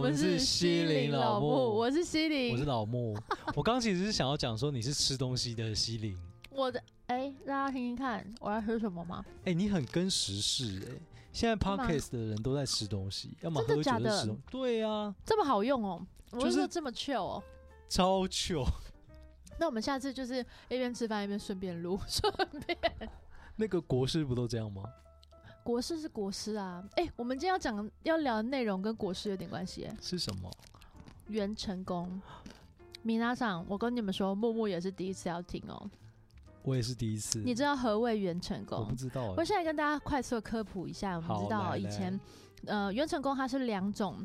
们是西林林老木，木我是西我是林，老木。我刚其实是想要讲说你是吃东西的西林，我的哎，大家听听看，我要吃什么吗？哎、你很跟时事哎、现在 podcast 的人都在吃东西，要么喝真的酒假就的吃东西，对啊，这么好用哦，我就是是说这么 chill 哦。超糗。那我们下次就是一边吃饭一边顺便录， 顺便那个国师不都这样吗？国师是国师啊。哎、我们今天要讲要聊的内容跟国师有点关系耶。是什么？袁成功，米娜桑，我跟你们说，木木也是第一次要听哦。我也是第一次，你知道何谓袁成嗯我不功？知道、我欸。现在跟大家快速地科普一下，我们好知道来以来前，呃，袁成功他是两种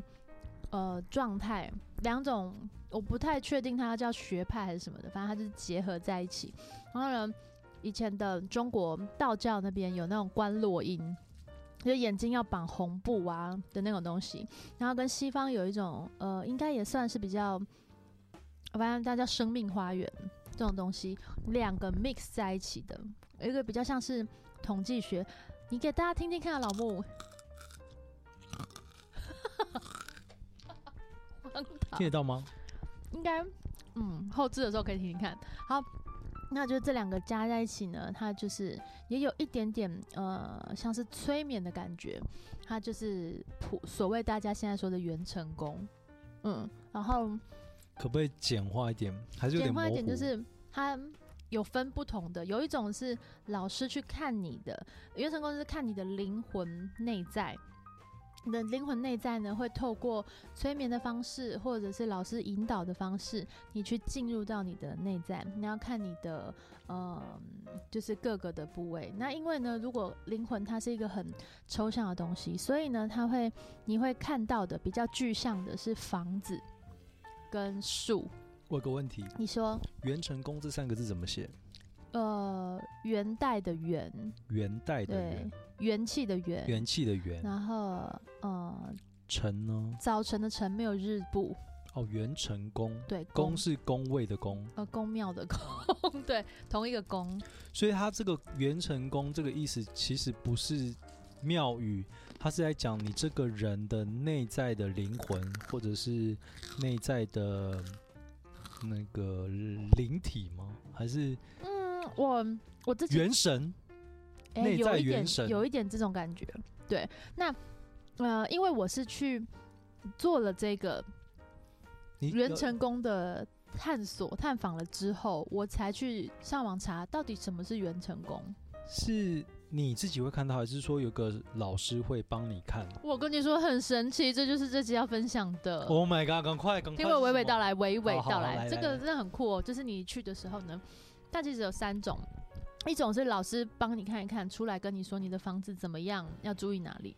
呃状态，两种我不太确定它叫学派还是什么的，反正它就是结合在一起。然后呢，以前的中国道教那边有那种观落阴，就眼睛要绑红布啊的那种东西，然后跟西方有一种呃，应该也算是比较，反正它叫生命花园这种东西，两个 mix 在一起的，有一个比较像是统计学，你给大家听听看、啊，老木。荒唐欸听得到吗？应该，嗯，后置的时候可以听听看。好，那就这两个加在一起呢，它就是也有一点点呃，像是催眠的感觉。它就是普所谓大家现在说的元成功，嗯，然后可不可以简化一点？还是有简点模化糊。一点就是它。有分不同的，有一种是老师去看你的，元成功是看你的灵魂内在，你的灵魂内在呢，会透过催眠的方式，或者是老师引导的方式，你去进入到你的内在。你要看你的，呃，就是各个的部位。那因为呢，如果灵魂它是一个很抽象的东西，所以呢，它会你会看到的比较具象的是房子跟树。我有个问题，你说，元成功这三个字怎么写？呃，元代的元，元代的对元，，元气的元，元气的元，然后呃，成呢？早晨的晨没有日部，哦，元成功，对，功是宫位的宫，呃宫庙的宫， 对，同一个宫，所以它这个元成功这个意思其实不是庙宇，它是在讲你这个人的内在的灵魂，或者是内在的那个灵体吗？还是嗯，我我自己元神？哎、内有在一点元神有一点这种感觉。对，那呃，因为我是去做了这个你元成功的探索探访了之后，我才去上网查到底什么是元成功。是你自己会看到，还是说有个老师会帮你看我跟你说很神奇，这就是这集要分享的。 ？Oh my god！赶快，赶快！听我娓娓道来。来，娓娓好好道好来来，这来个来真的很酷哦。就是你去的时候呢，它其实有三种，一种是老师帮你看一看，出来跟你说你的房子怎么样，要注意哪里。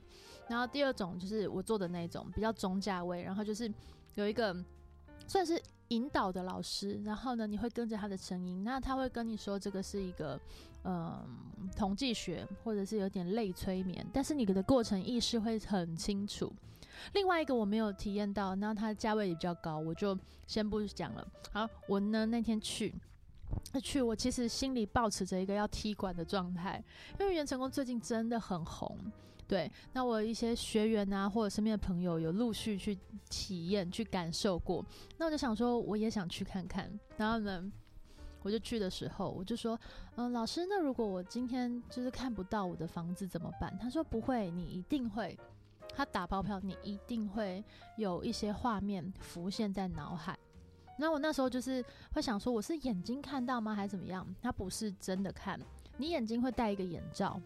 然后第二种就是我做的那一种，比较中价位，然后就是有一个算是引导的老师，然后呢，你会跟着他的声音，那他会跟你说这个是一个嗯统计学，或者是有点类催眠，但是你的过程意识会很清楚。另外一个我没有体验到，那它价位也比较高，我就先不讲了。好，我呢那天去。去，我其实心里抱持着一个要踢馆的状态，因为袁成功最近真的很红。对，那我一些学员啊，或者身边的朋友有陆续去体验、去感受过，那我就想说，我也想去看看。然后呢，我就去的时候，我就说，嗯、老师，那如果我今天就是看不到我的房子怎么办？他说不会，你一定会。他打包票，你一定会有一些画面浮现在脑海。那我那时候就是会想说，我是眼睛看到吗，还是怎么样？他不是真的看，你眼睛会戴一个眼罩，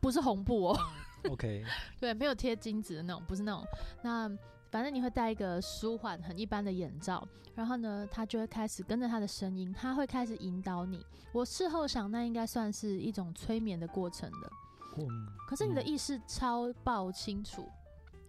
不是红布哦， OK，对，没有贴金子的那种，不是那种。那反正你会戴一个舒缓、很一般的眼罩，然后呢，他就会开始跟着他的声音，他会开始引导你。我事后想，那应该算是一种催眠的过程的。嗯，可是你的嗯意识超爆清楚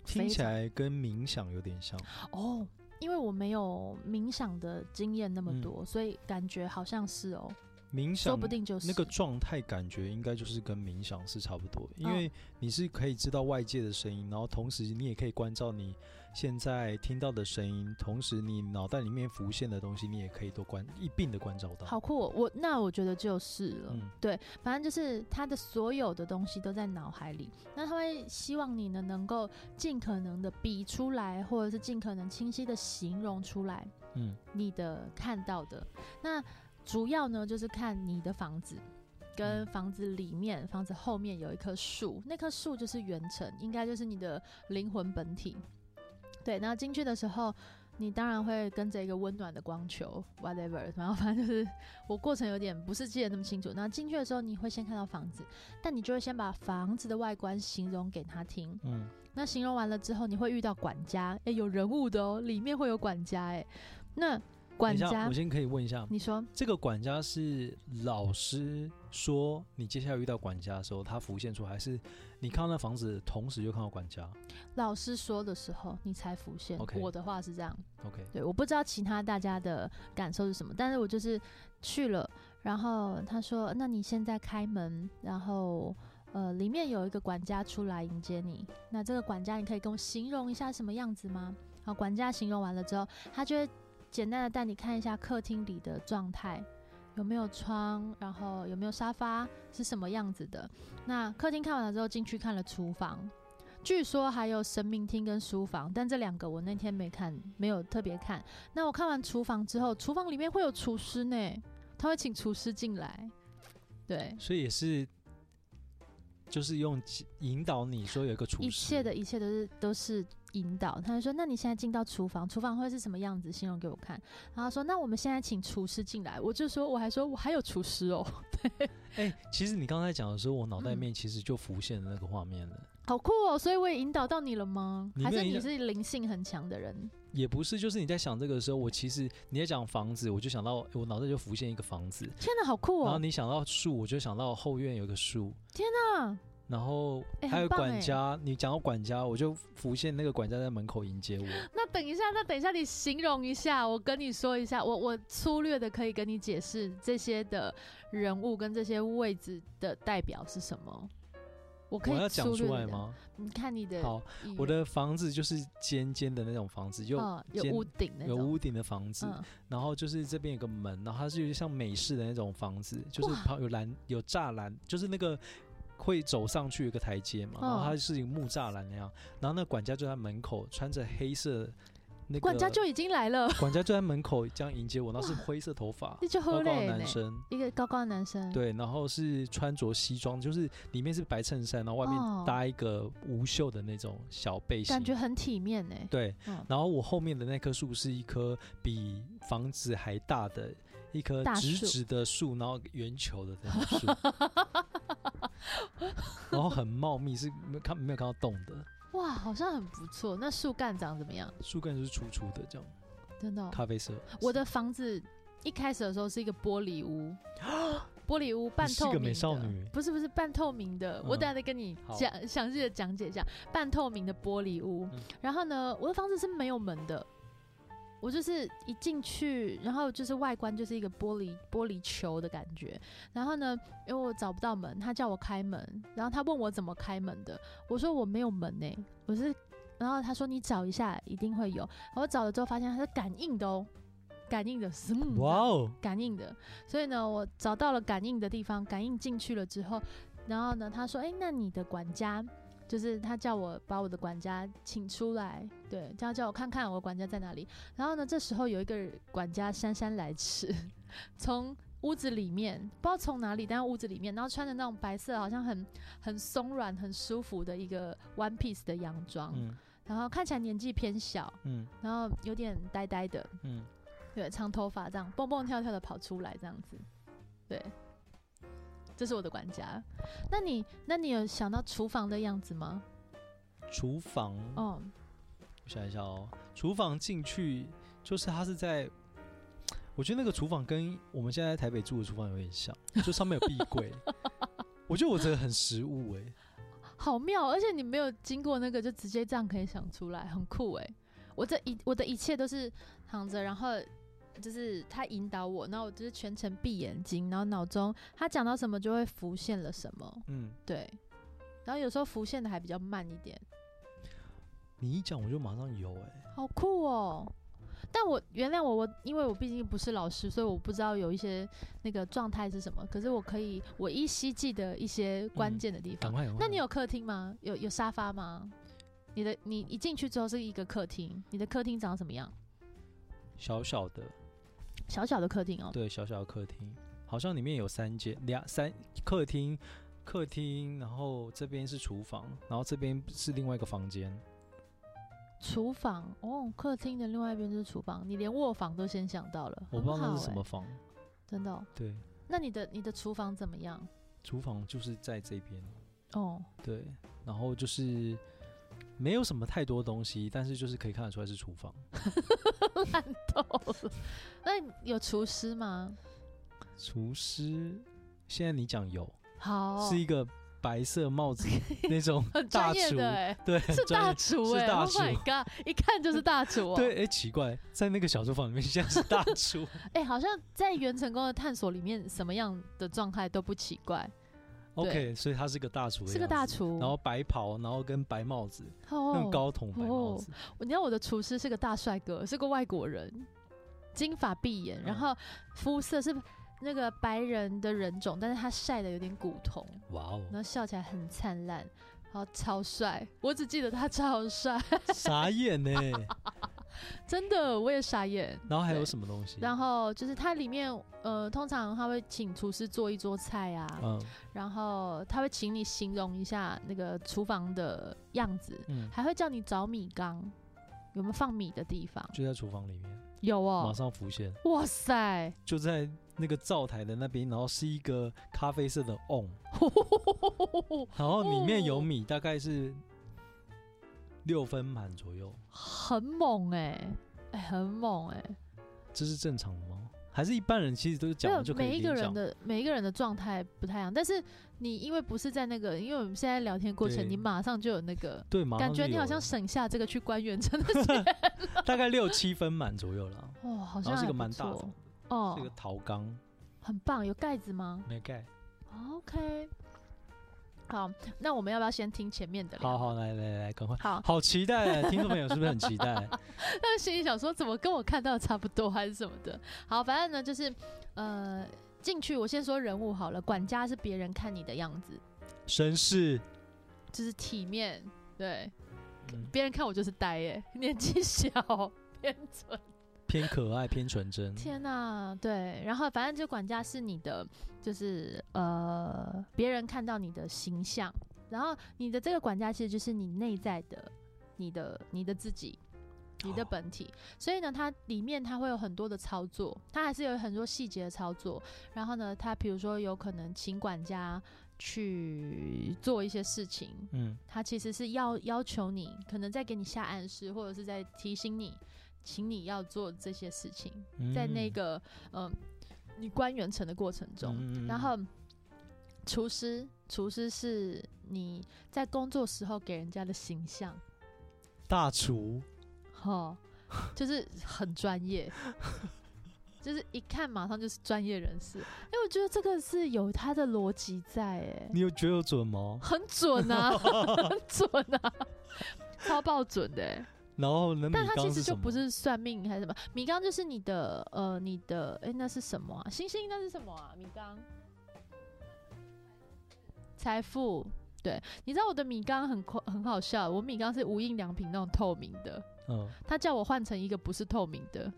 听非起常来跟冥想有点像。哦，嗯因为我没有冥想的经验那么多，所以感觉好像是哦。冥说想不定就是那个状态感觉应该就是跟冥想是差不多，因嗯为你是可以知道外界的声音，然后同时你也可以关照你现在听到的声音，同时你脑袋里面浮现的东西，你也可以都关一并的关照到。好酷、哦，我那我觉得就是了。嗯对，反正就是他的所有的东西都在脑海里，那他会希望你呢能够尽可能的比出来，或者是尽可能清晰的形容出来嗯，你的看到的。那主要呢就是看你的房子。跟嗯房子里面，房子后面有一棵树，那棵树就是元辰，应该就是你的灵魂本体。对，那进去的时候，你当然会跟着一个温暖的光球，whatever，然后反正就是我过程有点不是记得那么清楚。那进去的时候，你会先看到房子，但你就会先把房子的外观形容给他听。嗯，那形容完了之后，你会遇到管家，诶、有人物的哦，里面会有管家、诶，那等管一下，家我，先可以问一下，你说这个管家是老师说你接下来遇到管家的时候，他浮现出来，还是你看到那房子同时就看到管家老师说的时候，你才浮现。 OK 我的话是这样， ？OK，对，我不知道其他大家的感受是什么，但是我就是去了，然后他说：“那你现在开门，然后呃，里面有一个管家出来迎接你。那这个管家，你可以跟我形容一下什么样子吗？”好，管家形容完了之后，他就会简单的带你看一下客厅里的状态。有没有窗？然后有没有沙发？是什么样子的？那客厅看完了之后，进去看了厨房，据说还有神明厅跟书房，但这两个我那天没看，没有特别看。那我看完厨房之后，厨房里面会有厨师呢，他会请厨师进来。对，所以也是就是用引导你说有一个厨师，一切的一切都是都是引导。他就说：“那你现在进到厨房，厨房会是什么样子？形容给我看。”然后他说：“那我们现在请厨师进来。”我就说：“我还说我还有厨师哦， 哎、其实你刚才讲的时候，我脑嗯袋里面其实就浮现了那个画面了，好酷哦！”所以我也引导到你了吗？你没还有是引你导是灵性很强的人？也不是，就是你在想这个的时候，我其实你在讲房子，我就想到我脑袋就浮现一个房子，天哪，好酷然后哦！你想到树，我就想到后院有个树，那然后哎还有很棒管哎家，你讲到管家，我就浮现那个管家在门口迎接我，那等一下，那等一下，你形容一下，我跟你说一下，我我粗略的可以跟你解释这些的人物跟这些位置的代表是什么。我可我要以讲粗略出来的，吗？你看你的意愿，好，我的房子就是尖尖的那种房子，又嗯有尖屋顶那有种，屋顶的房子，嗯，然后就是这边有个门，然后它是有点像美式的那种房子，就是哇旁有栏有栅栏，就是那个会走上去有个台阶嘛，然后嗯它是一个木栅栏那样，然后那管家就在门口穿着黑色那个管家就已经来了，管家就在门口这样迎接我，然后是灰色 头发，你就高喝高的嘞男呢，生。一个高高的男生，对，然后是穿着西装，就是里面是白衬衫，然后外哦面搭一个无袖的那种小背心，感觉很体面呢。对，嗯然后我后面的那棵树是一棵比房子还大的一棵大直树直的树，然后圆球的那种 树，然后很茂密，是没有看没有看到洞的，哇，好像很不错。那树干长怎么样？树根就是粗粗的这样，真的哦、咖啡色。我的房子一开始的时候是一个玻璃 屋，玻璃屋半你是透个明美的，少女不是不是半透明的，我嗯等下再跟你好讲详细的讲解一下半透明的玻璃屋。嗯然后呢，我的房子是没有门的，我就是一进去，然后就是外观就是一个玻璃玻璃球的感觉。然后呢，因为我找不到门，他叫我开门，然后他问我怎么开门的，我说我没有门呢、我是。然后他说你找一下，一定会有。然后我找了之后发现它是感应的哦，感应的， 嗯，哇哦，感应的。所以呢，我找到了感应的地方，感应进去了之后，然后呢，他说：“哎、那你的管家，就是他叫我把我的管家请出来，对，他叫我看看我管家在哪里。”然后呢，这时候有一个管家姗姗来迟， 从。屋子里面不知道从哪里，但是屋子里面，然后穿着那种白色，好像很很松软、很舒服的一个 one piece 的洋装，嗯然后看起来年纪偏小，嗯然后有点呆呆的，嗯，对，长头发这样蹦蹦跳跳的跑出来这样子，对，这是我的管家。那你那你有想到厨房的样子吗？厨房，哦，我想一下哦，厨房进去就是它是在。我觉得那个厨房跟我们现在在台北住的厨房有点像，就上面有壁 柜。我觉得我这个很实物哎、好妙，而且你没有经过那个，就直接欸这样可以想出来，很酷哎、我这一我的一切都是躺着，然后就是他引导我，然后我就是全程闭眼睛，然后脑中他讲到什么就会浮现了什么，嗯，对。然后有时候浮现的还比较慢一点，你一讲我就马上有哎、好酷哦！但我原谅我，我因为我毕竟不是老师，所以我不知道有一些那个状态是什么。可是我可以，我依稀记得一些关键的地嗯赶方。快赶快。那你有客厅吗？有有沙发吗？你的你一进去之后是一个客厅，你的客厅长什么样？小小的，小小的客厅哦，对，小小的客厅，好像里面有三间，两三客厅，客厅，然后这边是厨房，然后这边是另外一个房间。厨房哦，客厅的另外一边就是厨房，你连卧房都先想到了，我不知道很好那是什么欸，房。真的哦、对，那你的你的厨房怎么样？厨房就是在这边。哦， 对，然后就是没有什么太多东西，但是就是可以看得出来是厨房。烂透了。那你有厨师吗？厨师，现在你讲有，好哦、是一个白色帽子那种 很大专业厨的、 欸，对，是专业大厨是哎、大 o h my 厨 god，一看就是大厨哦、 对，哎、奇怪，在那个小厨房里面 像是大厨，哎、好像在袁成功的探索里面，什么样的状态都不奇怪， OK，所以他是个大厨，是个大，厨。然后白袍，然后跟白帽子，哦，那种高筒白帽哦子，我你知道我的厨师是个大帅哥，是个外国人，金发碧眼，然嗯后肤色是那个白人的人种，但是他晒的有点古铜，哇然哦，后笑起来很灿烂，然后超帅。我只记得他超帅， 傻眼呢、真的，我也傻眼。然后还有对什么东西？然后就是它里面，呃，通常他会请厨师做一桌菜啊，嗯 然后他会请你形容一下那个厨房的样子，嗯，还会叫你找米缸，有没有放米的地方？就在厨房里面，有马哦，上浮现。哇塞， 就在那个灶台的那边，然后是一个咖啡色的 on，然后里面哦有米，大概是六分满左右，很猛哎、哎、很猛哎、这是正常的吗？还是一般人其实都是讲没完有就可以每一个人连讲？的每一个人的状态不太一样，但是你因为不是在那个，因为我们现在聊天过程，对你马上就有那个。对，马上感就觉你有好像了省下这个去官员，真的是大概六七分满左右啦，哦，好像然后是还不个蛮大错的，哦是个，陶缸，很棒，有盖子吗？哦没盖。 OK，好，那我们要不要先听前面的？好，好，来来来，赶快。好。好期待啊，听众朋友是不是很期待？那心里想说，怎么跟我看到的差不多，还是什么的？好，反正呢，就是呃，进去我先说人物好了。管家是别人看你的样子，绅士，就是体面，对，嗯，别人看我就是呆耶、 年纪小，偏蠢。偏可爱，偏纯真。天啊哪、对，然后反正就管家是你的，就是呃，别人看到你的形象，然后你的这个管家其实就是你内在的，你的你的自己，你的哦本体。所以呢，它里面它会有很多的操作，它还是有很多细节的操作。然后呢，它比如说有可能请管家去做一些事情，嗯，他其实是要要求你，可能在给你下暗示，或者是在提醒你，请你要做这些事情。在那嗯个呃你官员城的过程中，嗯嗯嗯然后厨师，厨师是你在工作时候给人家的形象，大厨，哈，就是很专 业。就是一看马上就是专业人士，哎、我觉得这个是有他的逻辑在、哎，你有觉得有准吗？很准啊， 很准啊， 超爆准的、哎然后呢，但米它缸其是实什就么不是算命还是什么，米缸就是你的呃你的哎、那是什么啊？星星那是什么啊？米缸，财富。对，你知道我的米缸很夸很好笑，我米缸是无印良品那种透明的，嗯，他叫我换成一个不是透明的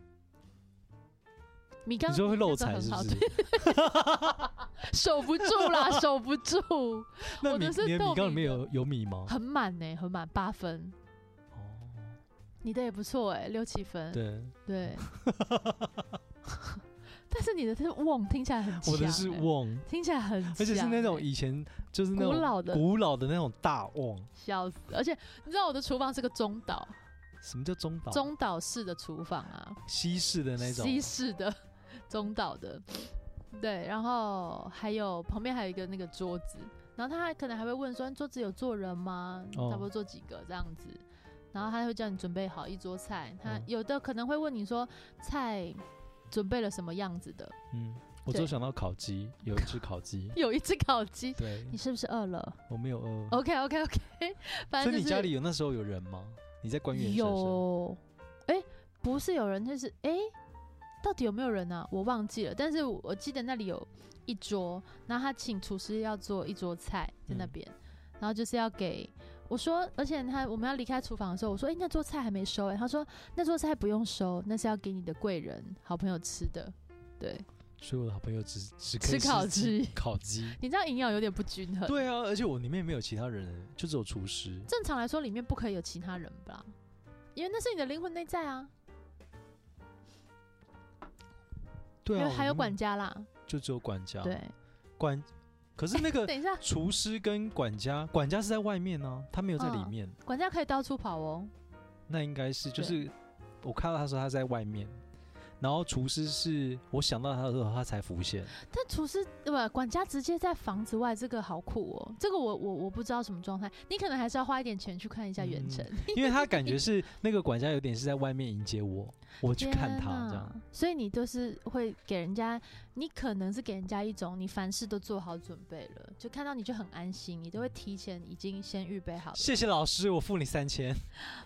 米缸，你说会漏财很是好不是？ 守不住啦，守不住， 那我米的是你的米透缸里明面的有有米 吗？很满呢、很满八分，哦，你的也不错哎、六七分，对， 对，但是你的是瓮，听起来很强、我的是欸，瓮，听起来很强欸、而且是那种以前就是那古种老的古老的那种大瓮。笑死。而且你知道我的厨房是个中岛，什么叫中岛？中岛式的厨房啊，西式的那种。西式的中岛的，对，然后还有旁边还有一个那个桌子，然后他还可能还会问说桌子有坐人吗？哦差不多坐几个这样子。然后他会叫你准备好一桌菜，他嗯有的可能会问你说菜准备了什么样子的。嗯，我对。就想到烤鸡，有一只烤鸡 有一只烤鸡，对，你是不是饿了我没有饿。 ？OK OK OK，反 所正以就你家哦是里有那时候有人吗？你在官员先生有，哎、不是有人，就是哎、到底有没有人啊？我忘记了，但是我记得那里有一桌，然后他请厨师要做一桌菜在那嗯边，然后就是要给。我说，而且他我们要离开厨房的时候，我说：“哎、那桌菜还没收。”哎，他说：“那桌菜不用收，那是要给你的贵人、好朋友吃的。”对，所以我的好朋友只只可以吃烤鸡烤 鸡。你这样营养有点不均衡。对啊，而且我里面没有其他人，就只有厨师。正常来说，里面不可以有其他人吧？因为那是你的灵魂内在啊，对因啊，为还有我们管家啦。就只有管家。对，管，可是 那个等一下，厨师跟管家，管家是在外面呢、他没有在里嗯面。管家可以到处跑哦。那应该是就对是我看到他说他在外面，然后厨师是我想到他的时候他才浮现。但厨师对吧？管家直接在房子外，这个好酷哦。这个我我我不知道什么状态，你可能还是要花一点钱去看一下嗯远程。因为他感觉是那个管家有点是在外面迎接我，我去看他天这样。哪所以你就是会给人家，你可能是给人家一种你凡事都做好准备了，就看到你就很安心，你都会提前已经先预备好了。谢谢老师，我付你三千。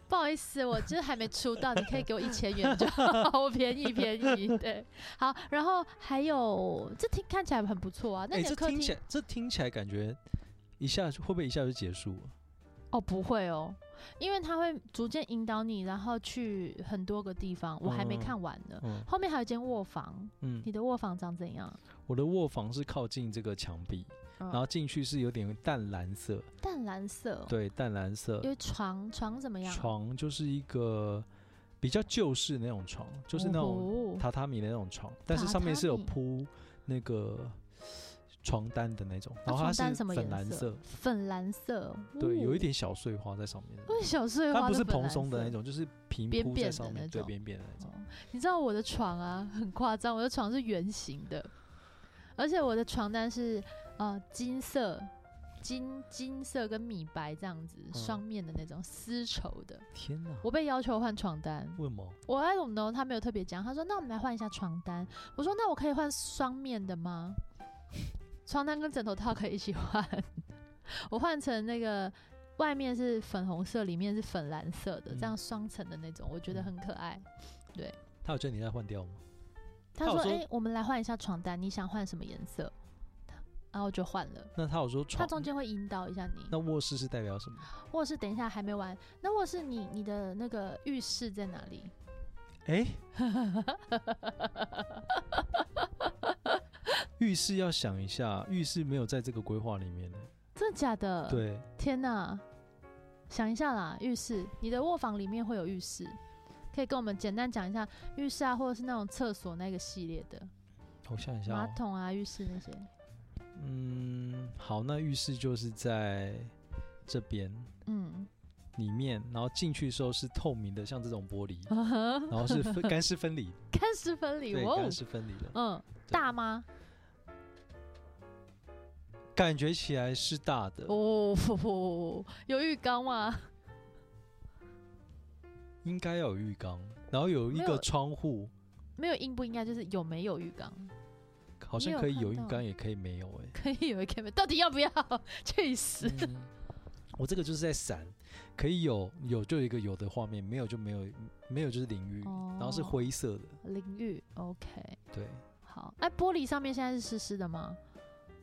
不好意思，我就是还没出道，你可以给我一千元就好，我便宜便宜。对，好，然后还有这听看起来很不错啊。那哎、你这的客听厅、起来这听起来感觉一下就会不会一下就结束了？哦不会哦，因为他会逐渐引导你，然后去很多个地方，我还没嗯看完呢。嗯后面还有一间卧房，嗯你，的卧房长怎样？我的卧房是靠近这个墙壁，嗯然后进去是有点淡蓝色，淡蓝色、哦，，对，淡蓝色。因为床床怎么样？床就是一个比较旧式那种床，就是那种哦吼榻榻米的那种床，但是上面是有榻榻米铺那个床单的那种，那然后它床单是什么粉颜蓝色，粉蓝色，对，有一哦点小碎花在上面的，为小碎花它不的是粉蓬蓝松的色那种，就是平边铺边在的上那面，对，种边边的那种。哦你知道我的床啊，很夸张，我的床是圆形的，而且我的床单是呃金色、金金色跟米白这样子嗯双面的那种丝绸的。天哪，我被要求换床单，为什么？我爱懂的他没有特别讲，他说那我们来换一下床单。我说那我可以换双面的吗？ 床单跟枕头套可以一起换， 我换成那个外面是粉红色，里面是粉蓝色的，嗯这样双层的那种，我觉得很可爱。他有叫你再换掉吗？他他有说：“说哎、我们来换一下床单，你想换什么颜色？”然后我就换了。那他有说他床，中间会引导一下你，那卧室是代表什么？或者是等一下还没完，那或者是你你的那个浴室在哪里？ 哎、浴室要想一下，浴室没有在这个规划里面呢。真的假的？，对，天哪！想一下啦，浴室，你的卧房里面会有浴室，可以跟我们简单讲一下浴室啊，或者是那种厕所那个系列的我想一下、马哦，桶啊、浴室那些。嗯，好，那浴室就是在这边 嗯，里面，然后进去的时候是透明的，像这种 玻璃，然后是分干湿分离，干湿分离对，哦干，湿分离的，嗯，对大吗？感觉起来是大的，哦， 有浴缸吗？应该要有浴缸，然后有一没有个窗户，没有应不应该，就是有没有浴缸，好你像有可以有看浴到缸，也可以没有、哎。可以有一个 没，到底要不要？去死！嗯我这个就是在闪，可以有有就有一个有的画面，没有就没有，没有就是淋浴，然后是哦灰色的，淋浴，OK，对，好。哎、玻璃上面现在是湿湿的吗？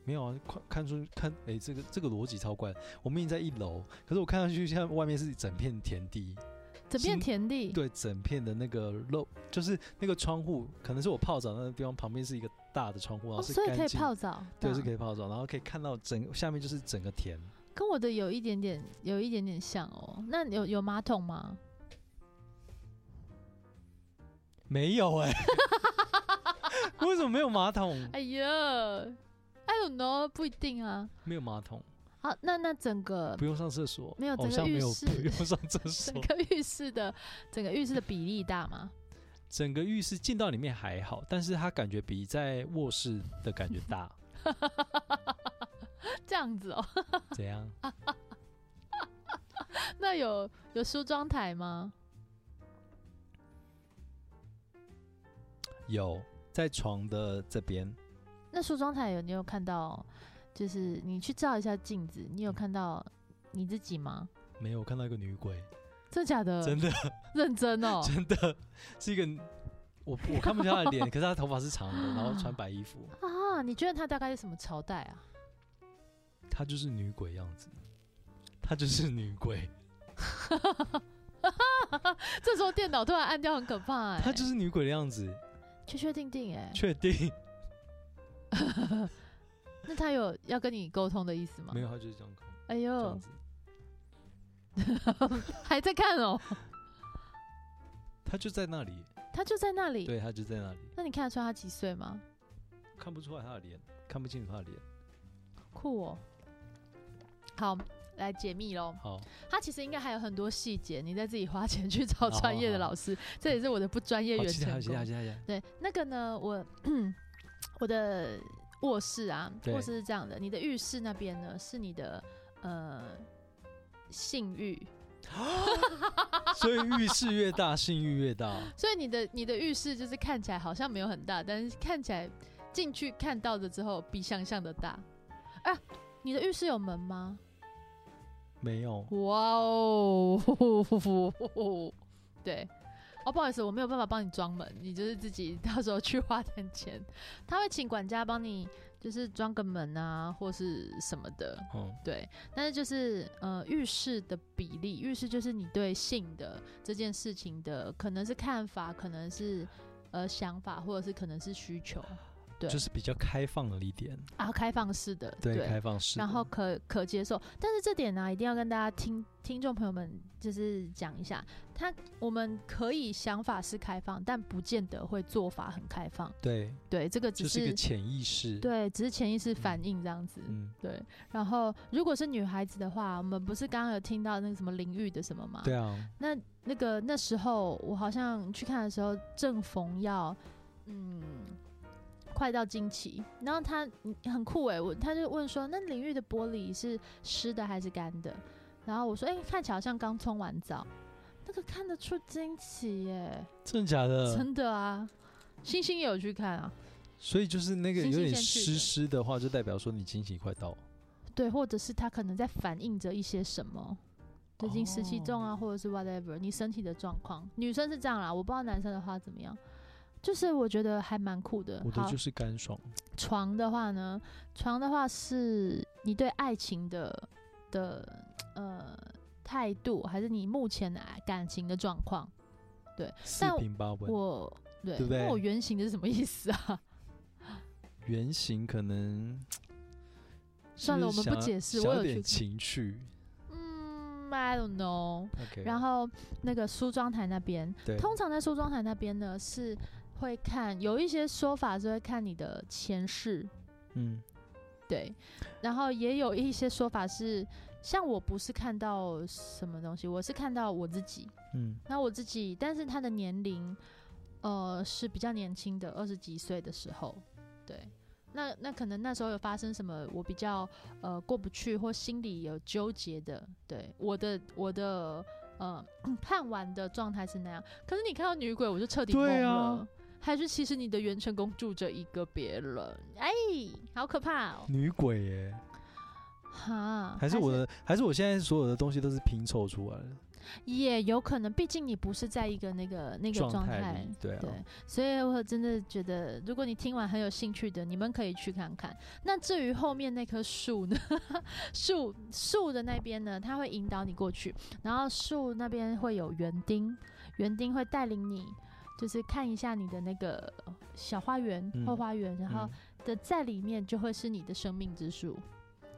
没有啊，看看出看，哎、这个这个逻辑超怪，我们已经在一楼，可是我看上去像外面是整片田地，整片新田地，对，整片的那个漏，就是那个窗户，可能是我泡澡那个地方旁边是一个大的窗户，然哦，后是所以干可以净泡澡，啊对，是可以。以泡澡，然后可以看到整下面就是整个田，跟我的有一点点，有一点点像哦。那有有马桶吗？没有 哎、为什么没有马桶？哎呀，I don't know，不一定啊。没有马桶。好，那那整个不用上厕所，没有好整个像浴没有 室不用上厕所整，个浴室的整个浴室的比例大吗？整个浴室进到里面还好，但是它感觉比在卧室的感觉 大，这样子哦。 怎样？那有有梳妆台吗？有在床的这边，那梳妆台有你有看到，就是你去照一下镜子，你嗯有看到你自己吗？没有看到一个女鬼，真的假的？真的 认真哦。 真的是一个，我我看不见她的 脸，可是她头发是长的，然后穿白衣服，啊，你觉得她大概是什么朝代啊？ 她就是女鬼样子，她就是女鬼，这时候电脑突然按掉，很可 怕哎、她就是女鬼的样子，确确定定哎、确定？那他有要跟你沟通的意思吗？没有，。她就是这样看，哎这呦样，子，还在看 哦，她就在那里，他就在那里。对，她就在那里，那你看得出来他几岁吗？看不出来她的脸，看不清楚她的脸。酷哦。好，来解密喽。好，他其实应该还有很多细节，你再自己花钱去找好专业的好老师，这也是我的不专业哦好，原期待，好成期待，好功。期待，期待对，那个呢，我我的卧室啊，对卧室是这样的，你的浴室那边呢是你的呃性欲，所以浴室越大， 性欲越大。所以你的你的浴室就是看起来好像没有很大，但是看起来进去看到的之后比想象的大。啊，你的浴室有门吗？没有，哇哦， 对。哦，不好意思，我没有办法帮你装门，你就是自己到时候去花点钱，他会请管家帮你，就是装个门啊，或是什么的，嗯，对。但是就是呃，浴室的比例，浴室就是你对性的这件事情的，可能是看法，可能是呃想法，或者是可能是需求对就是比较开放了一点，啊，开放式的，对，开放式的。然后可可接受。但是这点呢、一定要跟大家听听众朋友们就是讲一下，他我们可以想法是开放，但不见得会做法很开放。对，对，这个只就是一个潜意识。，对，只是潜意识反应这样子。嗯，对，然后如果是女孩子的话，我们不是刚刚有听到那个什么淋浴的什么吗？对啊，那那个那时候我好像去看的时候，正逢要嗯快到经期，然后他嗯很酷诶，我他就问说，那淋浴的玻璃是湿的还是干的？然后我说，哎、看起来好像刚冲完澡，那个看得出经期耶，真的假的？真的啊。星星也有去看啊，所以就是那个星有星点先去湿的湿的话，就代表说你惊喜快到。对，或者是他可能在反映着一些什么，最近湿气哦重啊，或者是 whatever，你身体的状况，女生是这样啦，我不知道男生的话怎么样，就是我觉得还蛮酷的。我的好，就是干爽，床的话呢，床的话是你对爱情的的呃态度，还是你目前的感情的状况？四但平八稳。我对，对不对那我原型的是什么意思啊？ 原型可能算了，我们不解释，我有有去点看，情趣。 嗯，I don't know。 OK， 然后那个梳妆台那边，对，通常在梳妆台那边呢是会看，有一些说法是会看你的前世，嗯，对，然后也有一些说法是，像我不是看到什么东西，我是看到我自己，嗯那我自己，但是他的年龄，呃，是比较年轻的，二十几岁的时候，对。那那可能那时候有发生什么我比较呃过不去或心里有纠结的，对我的我的呃 看完的状态是那样。可是你看到女鬼，我就彻底对懵啊了。还是其实你的元成功住着一个别人，哎，好可怕哦！女鬼耶，哈，还是我的，还是我现在所有的东西都是拼凑出来的也有可能，毕竟你不是在一个那个那个状态态里，，对啊，对，所以我真的觉得，如果你听完很有兴趣的，你们可以去看看。那至于后面那棵树呢， 树树的那边呢，它会引导你过去，然后树那边会有园丁，园丁会带领你，就是看一下你的那个小花园、嗯后花园，然后嗯的在里面就会是你的生命之树。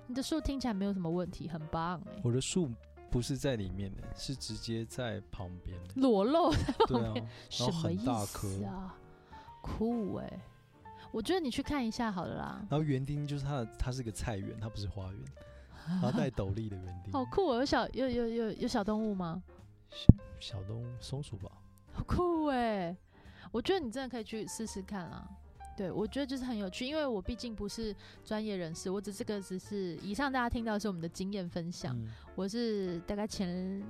你的树听起来没有什么问题，很棒哎、我的树不是在里面的，是直接在旁边 的。裸露对啊，什然后么很意大颗，思啊？酷哎、我觉得你去看一下好了啦。然后园丁就是它的，它是个菜园，它不是花园，然后带斗笠 的园丁，好酷哦！有小有有有有小动物吗？小东松鼠吧，好酷哎、我觉得你真的可以去试试看啦。对，我觉得就是很有趣，因为我毕竟不是专业人士，我只这个只是以上大家听到的是我们的经验分享。嗯，我是大概前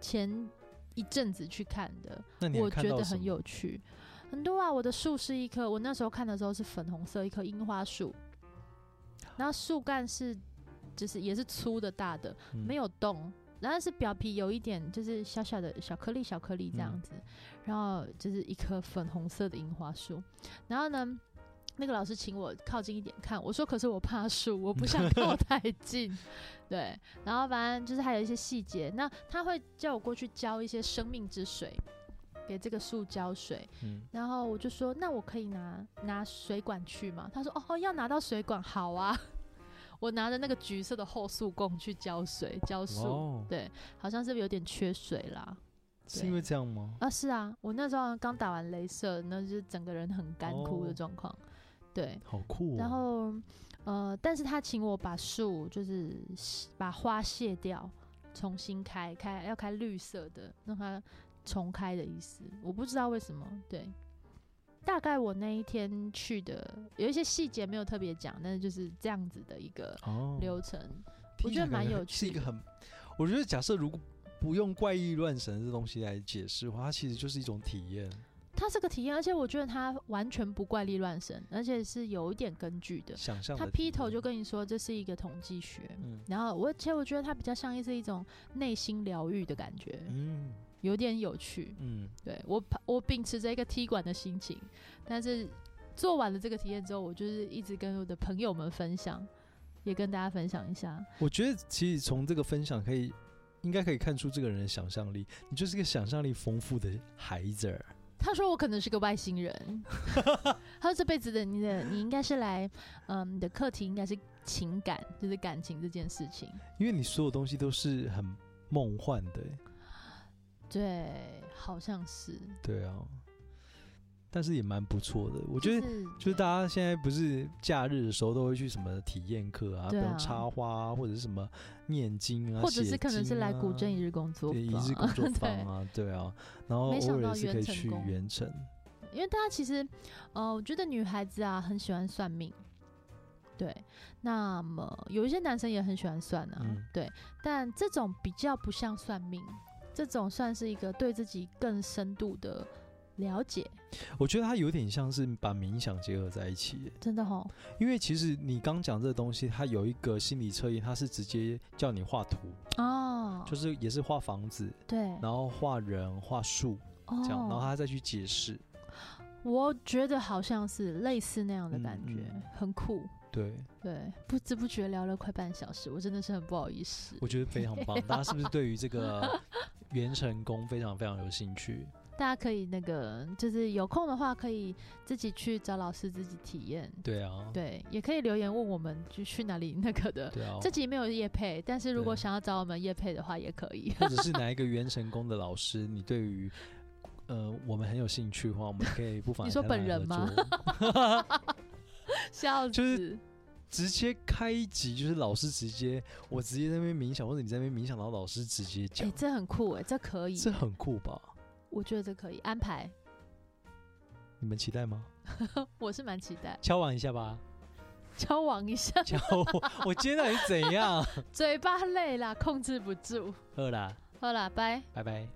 前一阵子去看的，那你还我看觉到得什很么有趣。很多啊，我的树是一棵，我那时候看的时候是粉红色一棵樱花树，然后树干是就是也是粗的大的，嗯没有动，然后是表皮有一点就是小小的小颗粒小颗粒这样嗯子，然后就是一棵粉红色的樱花树，然后呢。那个老师请我靠近一点看，我说可是我怕树，我不想靠太 近。对，然后反正就是还有一些细节，那他会叫我过去浇一些生命之水，给这个树浇水，嗯然后我就说，那我可以拿拿水管去吗？他说，哦，要拿到水管，好啊。 我拿着那个橘色的后塑供去浇水，浇哇树，哦，对好像是不是有点缺水啦？是对因为这样吗？啊，是啊，我那时候刚打完镭射，那就是整个人很干枯的哦状况，对。好酷、哦。然后，呃，但是他请我把树就是把花卸掉，重新开开，要开绿色的，让它重开的意思。我不知道为什么，对。大概我那一天去的有一些细节没有特别讲，但是就是这样子的一个哦，流程。听我起觉来得感蛮有很是一趣个的很， 我觉得假设如果不用怪异乱神这东西来解释的话，它其实就是一种体验。它是个体验，而且我觉得它完全不怪力乱神，而且是有一点根据的。想象他的体劈头验就跟你说这是一个统计学，嗯然后我而且我觉得它比较像是一种内心疗愈的感觉，嗯有点有趣。嗯，对我把我秉持着一个踢馆的心情，但是做完了这个体验之后，我就是一直跟我的朋友们分享，也跟大家分享一下。我觉得其实从这个分享可以，应该可以看出这个人的想象力。你就是个想象力丰富的孩子儿。他说我可能是个外星 人，他说这辈子的你的你应该是来，嗯，你的课题应该是情感，就是感情这件事情。因为你所有东西都是很梦幻的欸、对，好像是。对啊，但是也蛮不错的。我觉得是就是对大家现在不是假日的时候都会去什么体验课啊，比对啊如插花、啊、或者是什么念经啊，或者写是可能是经来啊古镇一日工作对坊，一日工作坊 对，啊，对啊，然后没偶想尔到也是可元以成去功元城，因为大家其实，呃，我觉得女孩子啊很喜欢算命，对，那么有一些男生也很喜欢算啊，嗯对，但这种比较不像算命，这种算是一个对自己更深度的了解，我觉得它有点像是把冥想结合在一起耶，真的吼，因为其实你刚讲这个东西，它有一个心理测验，它是直接叫你画图，哦，就是也是画房子，对，然后画人、画树哦这样，然后他再去解释。我觉得好像是类似那样的嗯感觉，嗯很酷。对，对，不知不觉聊了快半小时，我真的是很不好意思。我觉得非常棒。大家 是不是对于这个元成功非常非常有兴趣？大家可以那个，就是有空的话，可以自己去找老师自己体验。对啊，对，也可以留言问我们就去哪里 那个的。对啊，这集没有叶配，但是如果对想要找我们叶配的话，也可 以。或者是哪一个元成功的老师，你对于呃我们很有兴趣的话，我们 可以不妨你说来谈本谈人合吗作？ 笑死！就是直接开一集，就是老师直接我直接在那边冥想，或者你在那边冥想，然后老师直接哎、讲，这很酷哎、这可以，这很酷吧？我觉得这可以安排。你们期待吗？我是蛮期待，敲完一下吧，交往一下， 敲我！ 我今天到底怎样？ 嘴巴累啦，控制不住。饿啦，好啦，拜。拜拜。